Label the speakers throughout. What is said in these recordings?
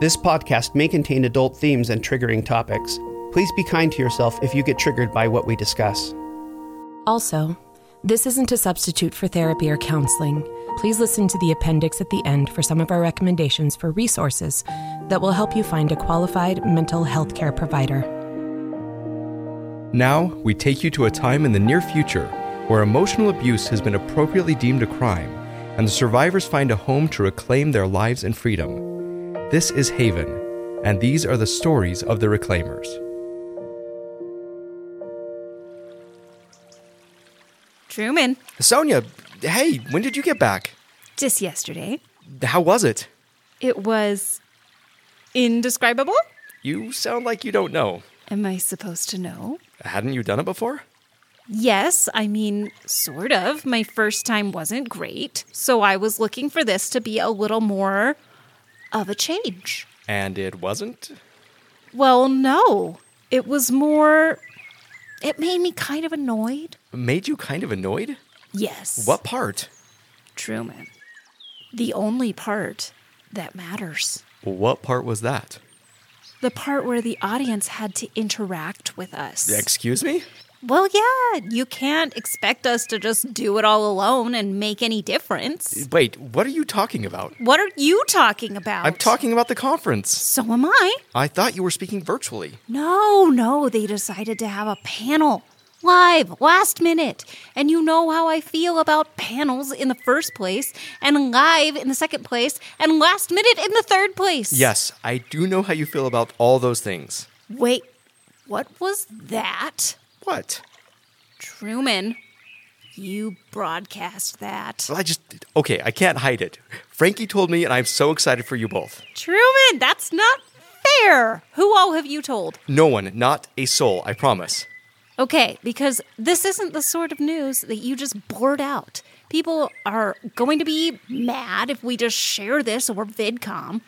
Speaker 1: This podcast may contain adult themes and triggering topics. Please be kind to yourself if you get triggered by what we discuss.
Speaker 2: Also, this isn't a substitute for therapy or counseling. Please listen to the appendix at the end for some of our recommendations for resources that will help you find a qualified mental health care provider.
Speaker 3: Now, we take you to a time in the near future where emotional abuse has been appropriately deemed a crime and the survivors find a home to reclaim their lives and freedom. This is Haven, and these are the stories of the reclaimers.
Speaker 4: Truman,
Speaker 3: Sonia, hey, when did you get back?
Speaker 4: just yesterday,
Speaker 3: How was it?
Speaker 4: it was indescribable.
Speaker 3: You sound like you don't know.
Speaker 4: Am I supposed to know?
Speaker 3: Hadn't you done it before?
Speaker 4: Yes, I mean, sort of. My first time wasn't great, so I was looking for this to be a little more of a change.
Speaker 3: And it wasn't?
Speaker 4: Well, no, it was more. It made me kind of annoyed.
Speaker 3: Made you kind of annoyed?
Speaker 4: Yes.
Speaker 3: What part?
Speaker 4: Truman. The only part that matters.
Speaker 3: What part was that?
Speaker 4: The part where the audience had to interact with us.
Speaker 3: Excuse me?
Speaker 4: Well, yeah, you can't expect us to just do it all alone and make any difference.
Speaker 3: Wait, what are you talking about?
Speaker 4: What are you talking about?
Speaker 3: I'm talking about the conference.
Speaker 4: So am I.
Speaker 3: I thought you were speaking virtually.
Speaker 4: No, no, they decided to have a panel live last minute. And you know how I feel about panels in the first place, and live in the second place, and last minute in the third place.
Speaker 3: Yes, I do know how you feel about all those things.
Speaker 4: Wait, what was that?
Speaker 3: What?
Speaker 4: Truman, you broadcast that.
Speaker 3: I just. Okay, I can't hide it. Frankie told me, and I'm so excited for you both.
Speaker 4: Truman, that's not fair. Who all have you told?
Speaker 3: No one, not a soul, I promise.
Speaker 4: Okay, because this isn't the sort of news that you just blurt out. People are going to be mad if we just share this or VidCom.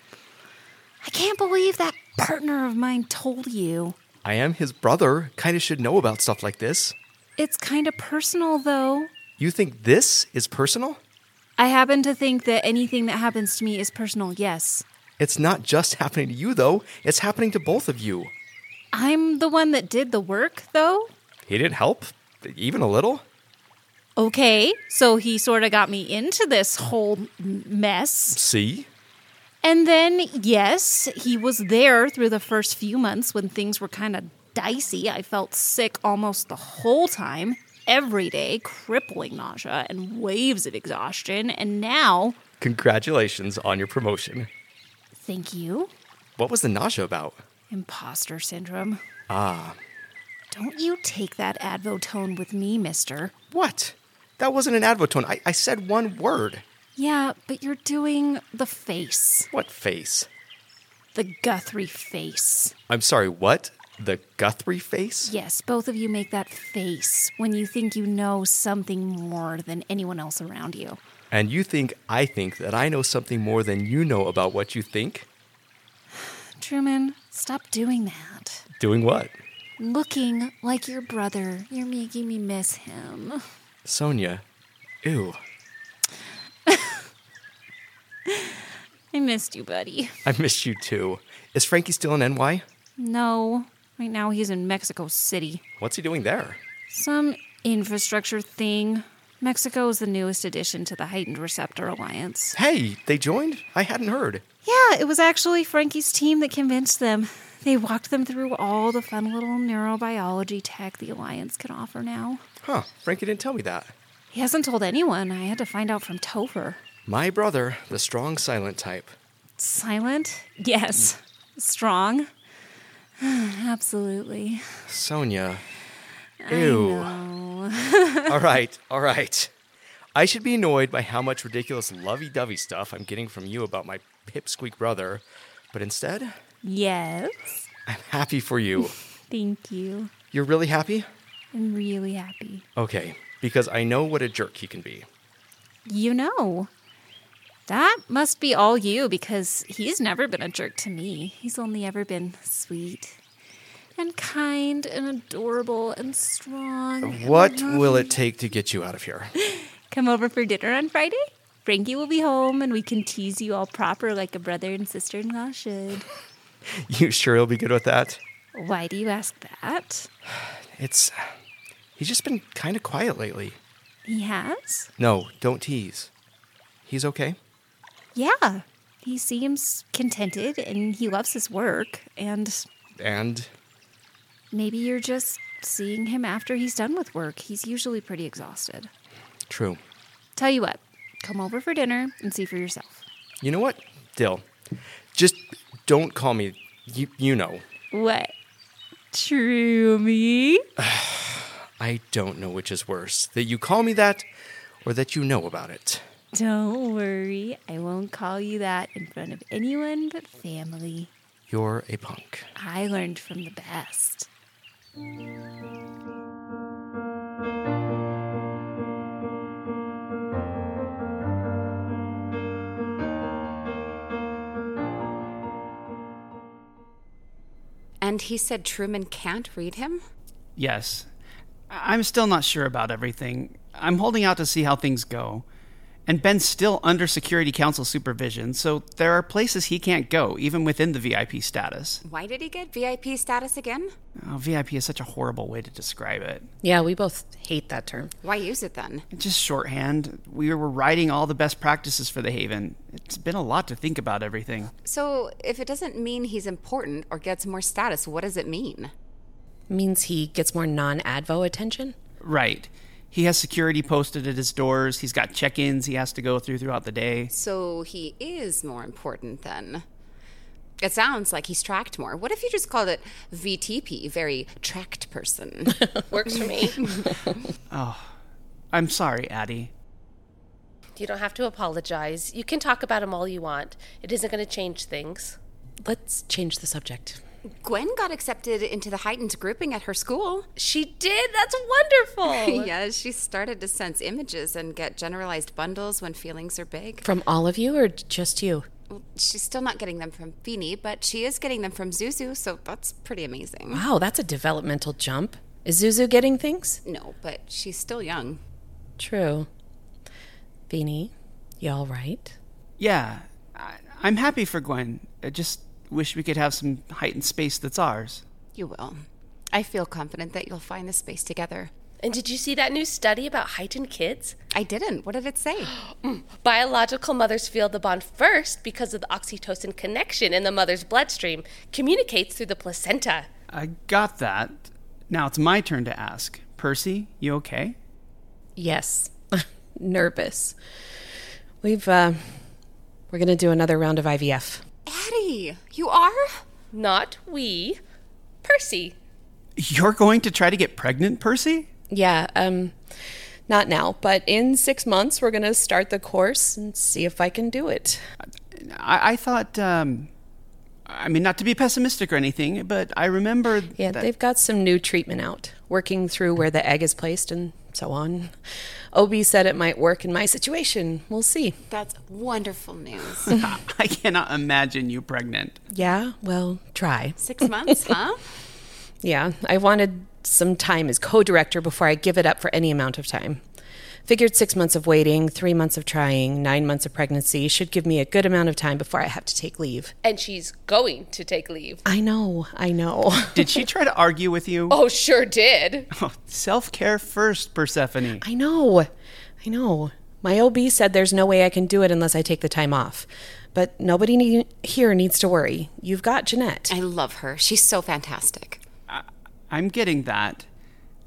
Speaker 4: I can't believe that partner of mine told you.
Speaker 3: I am his brother, kinda should know about stuff like this.
Speaker 4: It's kind of personal, though.
Speaker 3: You think this is personal?
Speaker 4: I happen to think that anything that happens to me is personal, yes.
Speaker 3: It's not just happening to you, though, it's happening to both of you.
Speaker 4: I'm the one that did the work, though.
Speaker 3: He didn't help, even a little.
Speaker 4: Okay, so he sort of got me into this whole m- mess.
Speaker 3: See?
Speaker 4: And then, yes, he was there through the first few months when things were kind of dicey. I felt sick almost the whole time, every day, crippling nausea and waves of exhaustion. And now,
Speaker 3: Congratulations on your promotion.
Speaker 4: thank you,
Speaker 3: What was the nausea about?
Speaker 4: imposter syndrome. Ah. Don't you take that Advotone with me, mister.
Speaker 3: What? That wasn't an advotone. I, I said one word.
Speaker 4: Yeah, but you're doing the face,
Speaker 3: What face?
Speaker 4: the Guthrie face.
Speaker 3: I'm sorry, what? The Guthrie face?
Speaker 4: Yes, both of you make that face when you think you know something more than anyone else around you.
Speaker 3: And you think I think that I know something more than you know about what you think?
Speaker 4: Truman, stop doing that.
Speaker 3: Doing what?
Speaker 4: Looking like your brother, you're making me miss him.
Speaker 3: Sonia. Ew.
Speaker 4: I missed you, buddy.
Speaker 3: I missed you too. Is Frankie still in NY?
Speaker 4: No, right now he's in Mexico City.
Speaker 3: What's he doing there?
Speaker 4: Some infrastructure thing. Mexico is the newest addition to the Heightened Receptor Alliance.
Speaker 3: Hey, they joined? I hadn't heard.
Speaker 4: Yeah, it was actually Frankie's team that convinced them. They walked them through all the fun little neurobiology tech the Alliance can offer now.
Speaker 3: Huh, Frankie didn't tell me that.
Speaker 4: He hasn't told anyone. I had to find out from Topher.
Speaker 3: My brother, the strong silent type.
Speaker 4: Silent? Yes. Strong? Absolutely.
Speaker 3: Sonia. Ew. all right, all right. I should be annoyed by how much ridiculous lovey dovey stuff I'm getting from you about my pipsqueak brother, but instead,
Speaker 4: Yes.
Speaker 3: I'm happy for you.
Speaker 4: Thank you.
Speaker 3: You're really happy?
Speaker 4: I'm really happy.
Speaker 3: Okay, because I know what a jerk he can be.
Speaker 4: You know, that must be all you because he's never been a jerk to me. He's only ever been sweet and kind and adorable and strong.
Speaker 3: What will it take to get you out of here?
Speaker 4: Come over for dinner on Friday? Frankie will be home and we can tease you all proper like a brother and sister in law should.
Speaker 3: You sure he'll be good with that?
Speaker 4: Why do you ask that?
Speaker 3: It's. He's just been kind of quiet lately.
Speaker 4: He has?
Speaker 3: No, don't tease. He's okay?
Speaker 4: Yeah. He seems contented and he loves his work. And
Speaker 3: And
Speaker 4: maybe you're just seeing him after he's done with work. He's usually pretty exhausted.
Speaker 3: true.
Speaker 4: Tell you what, come over for dinner and see for yourself.
Speaker 3: You know what, Dill? Just don't call me. You, you know.
Speaker 4: What? True me?
Speaker 3: I don't know which is worse that you call me that or that you know about it.
Speaker 4: Don't worry, I won't call you that in front of anyone but family.
Speaker 3: You're a punk.
Speaker 4: I learned from the best.
Speaker 5: And he said Truman can't read him?
Speaker 6: Yes. I- I'm still not sure about everything. I'm holding out to see how things go. And Ben's still under Security Council supervision, so there are places he can't go, even within the VIP status.
Speaker 5: Why did he get VIP status again?
Speaker 6: Oh, VIP is such a horrible way to describe it.
Speaker 7: Yeah, we both hate that term.
Speaker 5: Why use it then?
Speaker 6: It's Just shorthand, we were writing all the best practices for the Haven. It's been a lot to think about everything.
Speaker 5: So, if it doesn't mean he's important or gets more status, what does it mean?
Speaker 7: Means he gets more non advo attention?
Speaker 6: Right. He has security posted at his doors, he's got check ins he has to go through throughout the day.
Speaker 5: So, he is more important then. It sounds like he's tracked more. What if you just called it VTP, very tracked person?
Speaker 7: Works for me.
Speaker 6: I'm sorry, Addie.
Speaker 7: you don't have to apologize. You can talk about him all you want, it isn't going to change things. Let's change the subject.
Speaker 5: Gwen got accepted into the heightened grouping at her school.
Speaker 7: She did. That's wonderful.
Speaker 5: yeah, she started to sense images and get generalized bundles when feelings are big.
Speaker 7: From all of you or just you?
Speaker 5: She's still not getting them from Beanie, but she is getting them from Zuzu, so that's pretty amazing.
Speaker 7: Wow, that's a developmental jump. Is Zuzu getting things?
Speaker 5: No, but she's still young.
Speaker 7: True. Beanie, you all right?
Speaker 6: Yeah, I, I'm happy for Gwen. I just wish we could have some heightened space that's ours.
Speaker 5: You will. I feel confident that you'll find the space together.
Speaker 8: And did you see that new study about heightened kids?
Speaker 5: I didn't. What did it say?
Speaker 8: Biological mothers feel the bond first because of the oxytocin connection in the mother's bloodstream, communicates through the placenta.
Speaker 6: I got that. Now it's my turn to ask. Percy, you okay?
Speaker 7: Yes. Nervous. We've, uh, we're going to do another round of IVF.
Speaker 5: Addie, you are?
Speaker 8: Not we, Percy.
Speaker 6: You're going to try to get pregnant, Percy?
Speaker 7: Yeah, um, not now, but in six months, we're going to start the course and see if I can do it.
Speaker 6: I, I thought, um, I mean, not to be pessimistic or anything, but I remember.
Speaker 7: Yeah,
Speaker 6: that-
Speaker 7: they've got some new treatment out, working through where the egg is placed and so on. OB said it might work in my situation. We'll see.
Speaker 5: That's wonderful news.
Speaker 6: I cannot imagine you pregnant.
Speaker 7: Yeah, well, try.
Speaker 5: Six months, huh?
Speaker 7: Yeah, I wanted some time as co director before I give it up for any amount of time. Figured six months of waiting, three months of trying, nine months of pregnancy should give me a good amount of time before I have to take leave.
Speaker 8: And she's going to take leave.
Speaker 7: I know, I know.
Speaker 6: Did she try to argue with you?
Speaker 8: Oh, sure did.
Speaker 6: Self care Oh, first, Persephone.
Speaker 7: I know. I know. My OB said there's no way I can do it unless I take the time off. But nobody need, here needs to worry. You've got Jeanette.
Speaker 5: I love her. She's so fantastic.
Speaker 6: I'm getting that.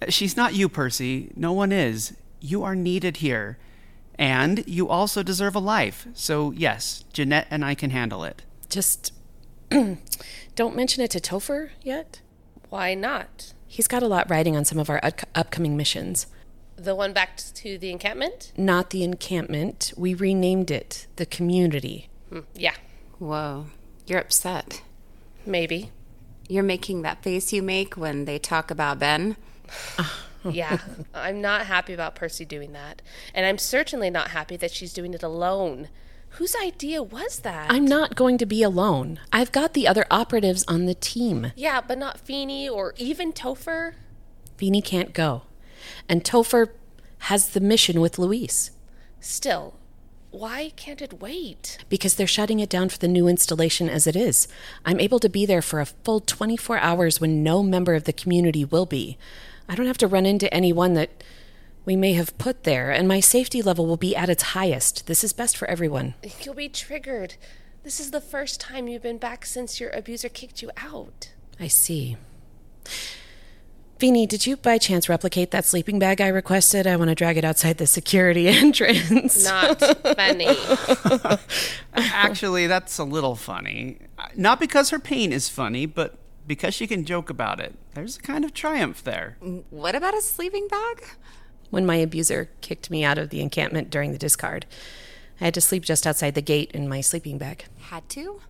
Speaker 6: She's not you, Percy. No one is. You are needed here. And you also deserve a life. So, yes, Jeanette and I can handle it.
Speaker 7: Just don't mention it to Topher yet.
Speaker 8: Why not?
Speaker 7: He's got a lot riding on some of our ut- upcoming missions.
Speaker 8: The one back to the encampment?
Speaker 7: Not the encampment. We renamed it the community.
Speaker 8: Hmm, Yeah,
Speaker 5: Whoa. You're upset.
Speaker 8: maybe.
Speaker 5: You're making that face you make when they talk about Ben.
Speaker 8: Yeah, I'm not happy about Percy doing that. And I'm certainly not happy that she's doing it alone. Whose idea was that?
Speaker 7: I'm not going to be alone. I've got the other operatives on the team.
Speaker 8: Yeah, but not Feeney or even Topher.
Speaker 7: Beanie can't go. And Topher has the mission with Luis.
Speaker 8: Still, Why can't it wait?
Speaker 7: because they're shutting it down for the new installation as it is. I'm able to be there for a full 24 hours when no member of the community will be. I don't have to run into anyone that we may have put there, and my safety level will be at its highest. This is best for everyone.
Speaker 8: You'll be triggered. This is the first time you've been back since your abuser kicked you out.
Speaker 7: I see. Feeny, did you by chance replicate that sleeping bag I requested? I want to drag it outside the security entrance.
Speaker 8: Not funny.
Speaker 6: Actually, that's a little funny. Not because her pain is funny, but because she can joke about it. There's a kind of triumph there.
Speaker 5: What about a sleeping bag?
Speaker 7: when my abuser kicked me out of the encampment during the discard. I had to sleep just outside the gate in my sleeping bag.
Speaker 5: Had to?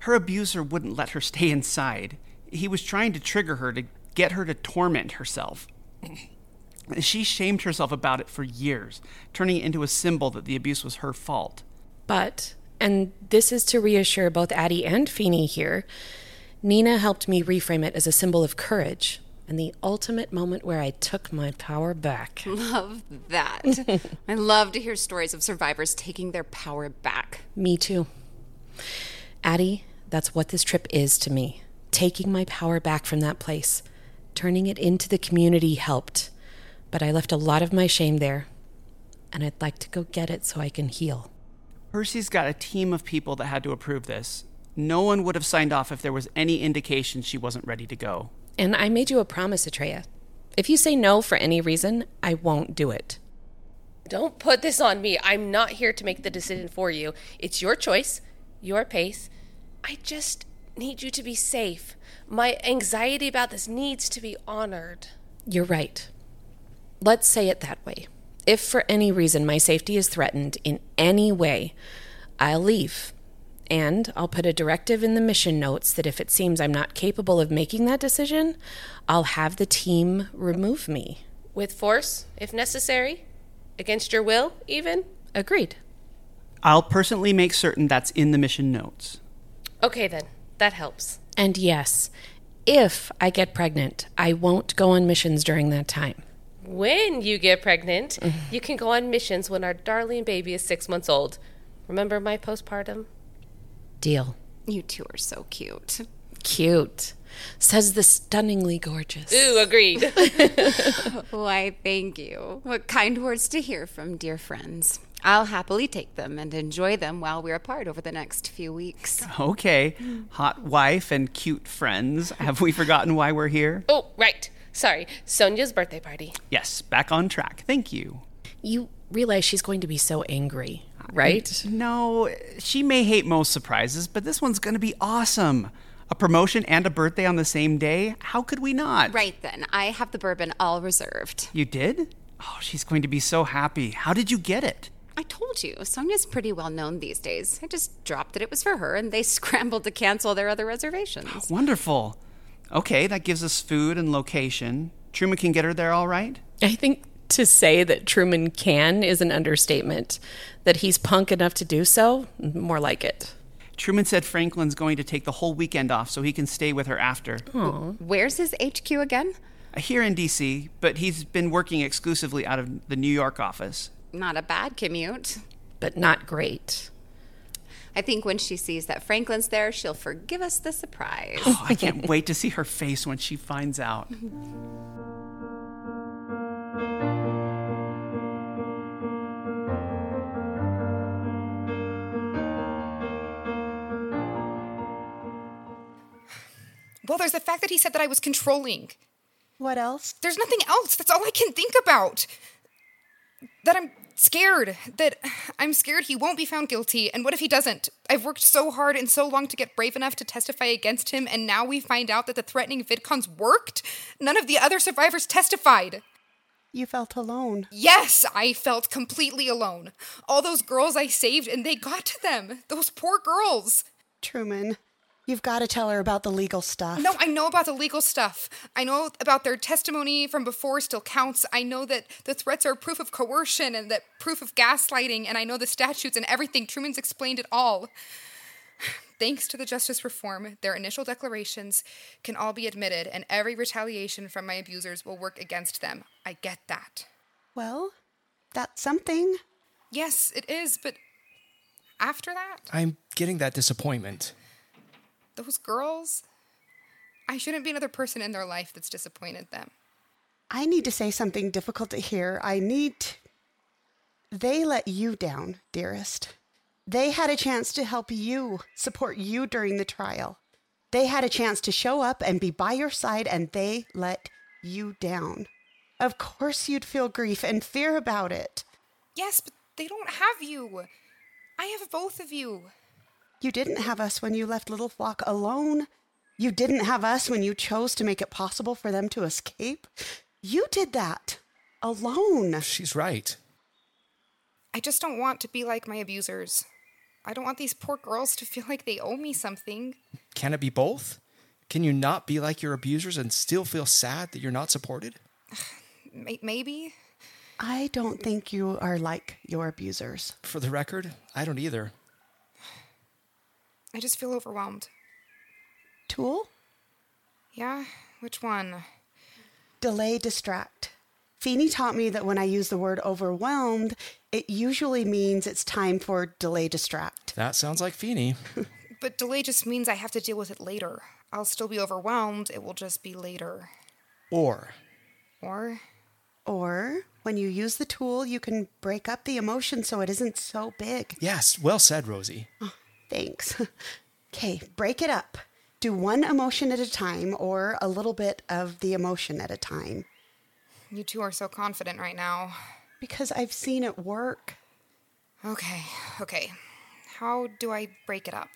Speaker 6: Her abuser wouldn't let her stay inside. He was trying to trigger her to get her to torment herself. she shamed herself about it for years, turning it into a symbol that the abuse was her fault.
Speaker 7: But, and this is to reassure both Addie and Feeney here, Nina helped me reframe it as a symbol of courage and the ultimate moment where I took my power back.
Speaker 5: Love that. I love to hear stories of survivors taking their power back.
Speaker 7: me too. Addie, that's what this trip is to me taking my power back from that place. Turning it into the community helped, but I left a lot of my shame there, and I'd like to go get it so I can heal.
Speaker 6: Percy's got a team of people that had to approve this. No one would have signed off if there was any indication she wasn't ready to go.
Speaker 7: And I made you a promise, Atreya. If you say no for any reason, I won't do it.
Speaker 8: Don't put this on me. I'm not here to make the decision for you. It's your choice, your pace. I just need you to be safe. My anxiety about this needs to be honored.
Speaker 7: You're right. Let's say it that way. If for any reason my safety is threatened in any way, I'll leave. And I'll put a directive in the mission notes that if it seems I'm not capable of making that decision, I'll have the team remove me.
Speaker 8: With force, if necessary, against your will, even.
Speaker 7: Agreed.
Speaker 6: I'll personally make certain that's in the mission notes.
Speaker 8: Okay, then. That helps.
Speaker 7: And yes, if I get pregnant, I won't go on missions during that time.
Speaker 8: When you get pregnant, you can go on missions when our darling baby is six months old. Remember my postpartum?
Speaker 7: Deal.
Speaker 5: You two are so cute.
Speaker 7: Cute. Says the stunningly gorgeous.
Speaker 8: Ooh, agreed.
Speaker 5: Why, thank you. What kind words to hear from dear friends. I'll happily take them and enjoy them while we're apart over the next few weeks.
Speaker 6: Okay, hot wife and cute friends. Have we forgotten why we're here?
Speaker 8: oh, right. Sorry. Sonia's birthday party.
Speaker 6: Yes, back on track. Thank you.
Speaker 7: You realize she's going to be so angry, right?
Speaker 6: No, she may hate most surprises, but this one's going to be awesome. A promotion and a birthday on the same day? How could we not?
Speaker 5: Right then, I have the bourbon all reserved.
Speaker 6: You did? Oh, she's going to be so happy. How did you get it?
Speaker 5: I told you, Sonia's pretty well known these days. I just dropped that it was for her, and they scrambled to cancel their other reservations.
Speaker 6: Wonderful. Okay, that gives us food and location. Truma can get her there all right?
Speaker 7: I think to say that Truman can is an understatement. That he's punk enough to do so, more like it.
Speaker 6: Truman said Franklin's going to take the whole weekend off so he can stay with her after.
Speaker 5: Where's his HQ again?
Speaker 6: Here in DC, but he's been working exclusively out of the New York office.
Speaker 5: Not a bad commute.
Speaker 7: But not great.
Speaker 5: I think when she sees that Franklin's there, she'll forgive us the surprise.
Speaker 6: Oh, I can't wait to see her face when she finds out.
Speaker 9: Well, there's the fact that he said that I was controlling.
Speaker 10: What else?
Speaker 9: There's nothing else. That's all I can think about. That I'm scared. That I'm scared he won't be found guilty. And what if he doesn't? I've worked so hard and so long to get brave enough to testify against him, and now we find out that the threatening VidCons worked? None of the other survivors testified.
Speaker 10: You felt alone.
Speaker 9: Yes, I felt completely alone. All those girls I saved, and they got to them. Those poor girls.
Speaker 10: Truman, you've got to tell her about the legal stuff.
Speaker 9: No, I know about the legal stuff. I know about their testimony from before still counts. I know that the threats are proof of coercion and that proof of gaslighting, and I know the statutes and everything. Truman's explained it all. Thanks to the justice reform, their initial declarations can all be admitted, and every retaliation from my abusers will work against them. I get that.
Speaker 10: Well, that's something.
Speaker 9: Yes, it is, but after that,
Speaker 3: I'm getting that disappointment.
Speaker 9: those girls, I shouldn't be another person in their life that's disappointed them.
Speaker 10: I need to say something difficult to hear. I need. t- They let you down, dearest. They had a chance to help you, support you during the trial. They had a chance to show up and be by your side, and they let you down. Of course, you'd feel grief and fear about it.
Speaker 9: Yes, but they don't have you. I have both of you.
Speaker 10: You didn't have us when you left Little Flock alone. You didn't have us when you chose to make it possible for them to escape. You did that alone.
Speaker 3: She's right.
Speaker 9: I just don't want to be like my abusers. I don't want these poor girls to feel like they owe me something.
Speaker 3: Can it be both? Can you not be like your abusers and still feel sad that you're not supported?
Speaker 9: May maybe?
Speaker 10: I don't think you are like your abusers.
Speaker 3: For the record, I don't either.
Speaker 9: I just feel overwhelmed.
Speaker 10: Tool?
Speaker 9: Yeah? Which one?
Speaker 10: Delay, distract. Feeney taught me that when I use the word overwhelmed, it usually means it's time for delay, distract.
Speaker 3: That sounds like Feeney.
Speaker 9: But delay just means I have to deal with it later. I'll still be overwhelmed, it will just be later.
Speaker 3: Or
Speaker 9: Or,
Speaker 10: Or when you use the tool, you can break up the emotion so it isn't so big.
Speaker 3: Yes, well said, Rosie.
Speaker 10: Thanks. Okay, break it up. Do one emotion at a time or a little bit of the emotion at a time
Speaker 9: you two are so confident right now.
Speaker 10: because I've seen it work.
Speaker 9: Okay, okay. How do I break it up?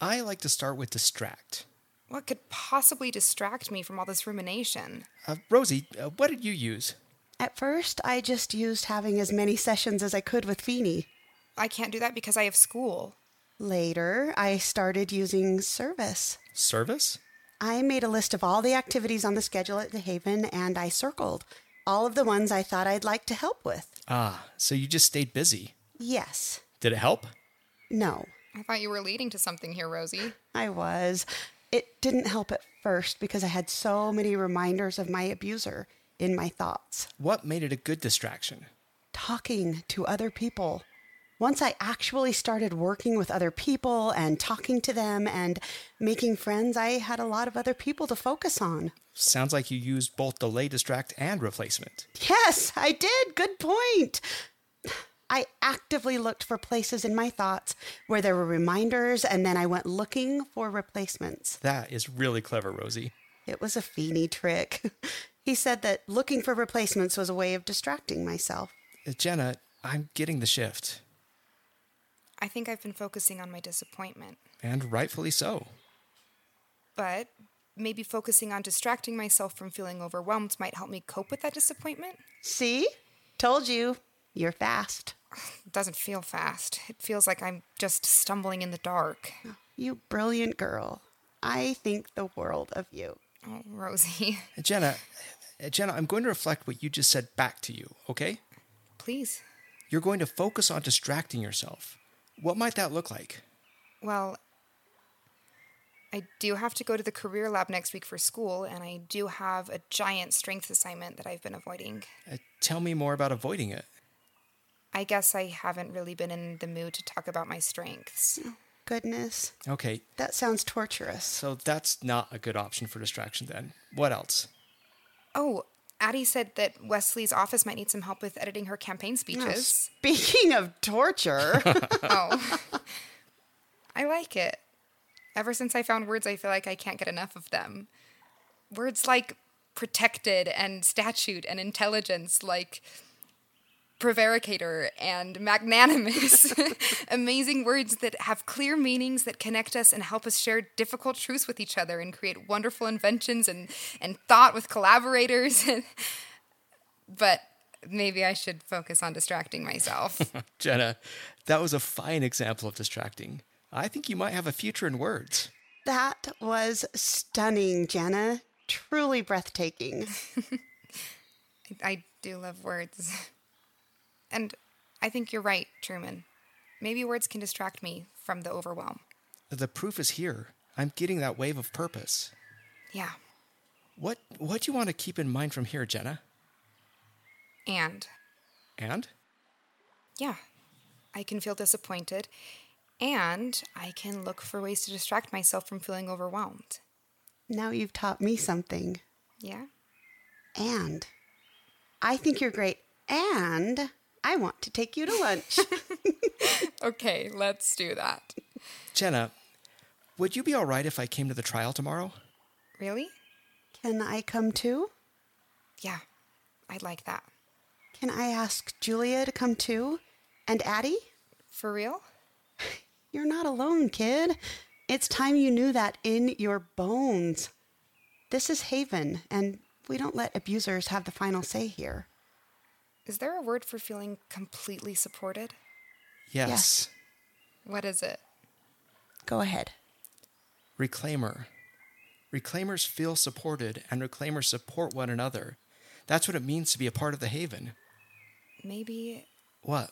Speaker 3: I like to start with distract.
Speaker 9: What could possibly distract me from all this rumination?
Speaker 3: Uh, Rosie, uh, what did you use?
Speaker 10: At first, I just used having as many sessions as I could with Feeney.
Speaker 9: I can't do that because I have school.
Speaker 10: Later, I started using service.
Speaker 3: Service?
Speaker 10: I made a list of all the activities on the schedule at the Haven and I circled all of the ones I thought I'd like to help with.
Speaker 3: Ah, so you just stayed busy.
Speaker 10: Yes.
Speaker 3: Did it help?
Speaker 10: No.
Speaker 9: I thought you were leading to something here, Rosie.
Speaker 10: I was. It didn't help at first because I had so many reminders of my abuser in my thoughts,
Speaker 3: What made it a good distraction?
Speaker 10: talking to other people. Once I actually started working with other people and talking to them and making friends, I had a lot of other people to focus on.
Speaker 3: Sounds like you used both delay, distract, and replacement.
Speaker 10: Yes, I did. Good point. I actively looked for places in my thoughts where there were reminders, and then I went looking for replacements.
Speaker 3: That is really clever, Rosie.
Speaker 10: It was a Feeney trick. he said that looking for replacements was a way of distracting myself.
Speaker 3: Uh, Jenna, I'm getting the shift,
Speaker 9: I think I've been focusing on my disappointment,
Speaker 3: and rightfully so.
Speaker 9: but maybe focusing on distracting myself from feeling overwhelmed might help me cope with that disappointment.
Speaker 10: See? Told you. You're fast.
Speaker 9: It doesn't feel fast. It feels like I'm just stumbling in the dark.
Speaker 10: You brilliant girl. I think the world of you.
Speaker 9: Oh, Rosie,
Speaker 3: Uh, Jenna, uh, Jenna, I'm going to reflect what you just said back to you, okay?
Speaker 9: please.
Speaker 3: You're going to focus on distracting yourself. What might that look like?
Speaker 9: Well, I do have to go to the career lab next week for school, and I do have a giant strength assignment that I've been avoiding.
Speaker 3: Uh, tell me more about avoiding it.
Speaker 9: I guess I haven't really been in the mood to talk about my strengths.
Speaker 10: Goodness,
Speaker 3: Okay,
Speaker 10: that sounds torturous.
Speaker 3: so that's not a good option for distraction then. What else?
Speaker 9: Oh, Addie said that Wesley's office might need some help with editing her campaign speeches.
Speaker 10: Speaking of torture,
Speaker 9: oh. I like it. Ever since I found words, I feel like I can't get enough of them. Words like protected and statute and intelligence, like prevaricator and magnanimous. Amazing words that have clear meanings that connect us and help us share difficult truths with each other and create wonderful inventions and, and thought with collaborators. but maybe I should focus on distracting myself.
Speaker 3: Jenna, that was a fine example of distracting. I think you might have a future in words.
Speaker 10: that was stunning, Jenna. Truly breathtaking.
Speaker 9: I do love words. And I think you're right, Truman. Maybe words can distract me from the overwhelm.
Speaker 3: The proof is here. I'm getting that wave of purpose.
Speaker 9: Yeah.
Speaker 3: What what do you want to keep in mind from here, Jenna?
Speaker 9: And
Speaker 3: And
Speaker 9: yeah, I can feel disappointed, and I can look for ways to distract myself from feeling overwhelmed.
Speaker 10: Now you've taught me something.
Speaker 9: Yeah?
Speaker 10: And I think you're great. And I want to take you to lunch.
Speaker 9: Okay, let's do that.
Speaker 3: Jenna, would you be all right if I came to the trial tomorrow?
Speaker 9: Really?
Speaker 10: Can I come too?
Speaker 9: Yeah, I'd like that.
Speaker 10: Can I ask Julia to come too? And Addie?
Speaker 9: For real?
Speaker 10: You're not alone, kid. It's time you knew that in your bones. This is Haven, and we don't let abusers have the final say here.
Speaker 9: Is there a word for feeling completely supported?
Speaker 3: Yes.
Speaker 10: Yes.
Speaker 9: What is it?
Speaker 10: Go ahead.
Speaker 3: Reclaimer. Reclaimers feel supported and reclaimers support one another. That's what it means to be a part of the Haven.
Speaker 9: Maybe
Speaker 3: What?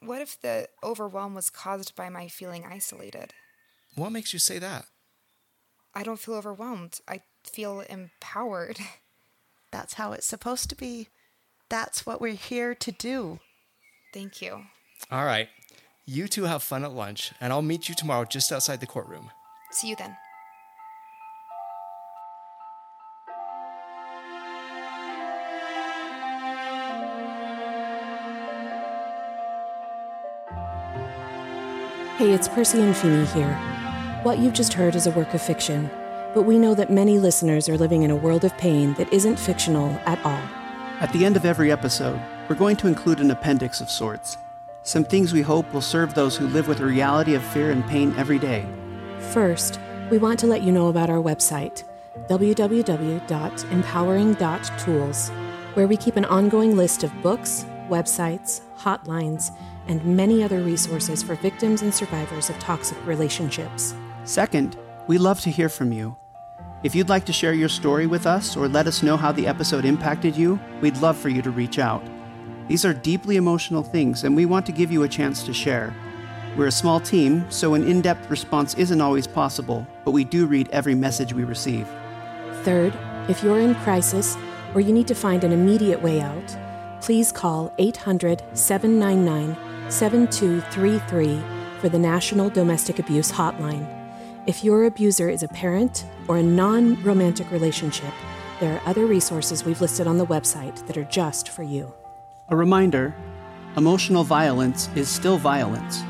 Speaker 9: what if the overwhelm was caused by my feeling isolated?
Speaker 3: What makes you say that?
Speaker 9: I don't feel overwhelmed. I feel empowered.
Speaker 10: That's how it's supposed to be. That's what we're here to do.
Speaker 9: Thank you.
Speaker 3: All right. You two have fun at lunch, and I'll meet you tomorrow just outside the courtroom.
Speaker 9: See you then.
Speaker 7: Hey, it's Percy and Feeney here. What you've just heard is a work of fiction, but we know that many listeners are living in a world of pain that isn't fictional at all.
Speaker 6: At the end of every episode, we're going to include an appendix of sorts. Some things we hope will serve those who live with the reality of fear and pain every day.
Speaker 7: First, we want to let you know about our website, www.empowering.tools, where we keep an ongoing list of books, websites, hotlines, and many other resources for victims and survivors of toxic relationships.
Speaker 6: Second, we love to hear from you. If you'd like to share your story with us or let us know how the episode impacted you, we'd love for you to reach out. These are deeply emotional things, and we want to give you a chance to share. We're a small team, so an in depth response isn't always possible, but we do read every message we receive.
Speaker 7: Third, if you're in crisis or you need to find an immediate way out, please call 800 799 7233 for the National Domestic Abuse Hotline. If your abuser is a parent or a non romantic relationship, there are other resources we've listed on the website that are just for you.
Speaker 6: A reminder emotional violence is still violence.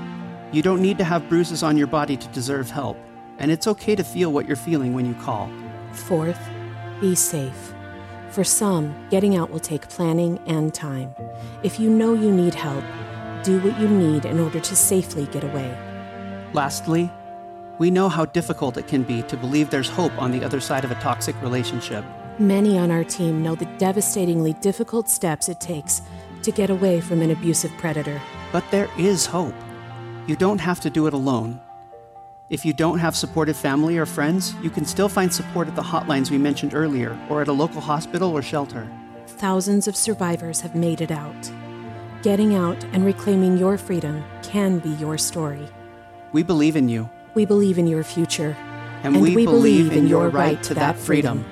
Speaker 6: You don't need to have bruises on your body to deserve help, and it's okay to feel what you're feeling when you call.
Speaker 7: Fourth, be safe. For some, getting out will take planning and time. If you know you need help, do what you need in order to safely get away.
Speaker 6: Lastly, we know how difficult it can be to believe there's hope on the other side of a toxic relationship.
Speaker 7: Many on our team know the devastatingly difficult steps it takes to get away from an abusive predator.
Speaker 6: But there is hope. You don't have to do it alone. If you don't have supportive family or friends, you can still find support at the hotlines we mentioned earlier or at a local hospital or shelter.
Speaker 7: Thousands of survivors have made it out. Getting out and reclaiming your freedom can be your story.
Speaker 6: We believe in you,
Speaker 7: We believe in your future.
Speaker 6: and, we, believe, in your right to that freedom.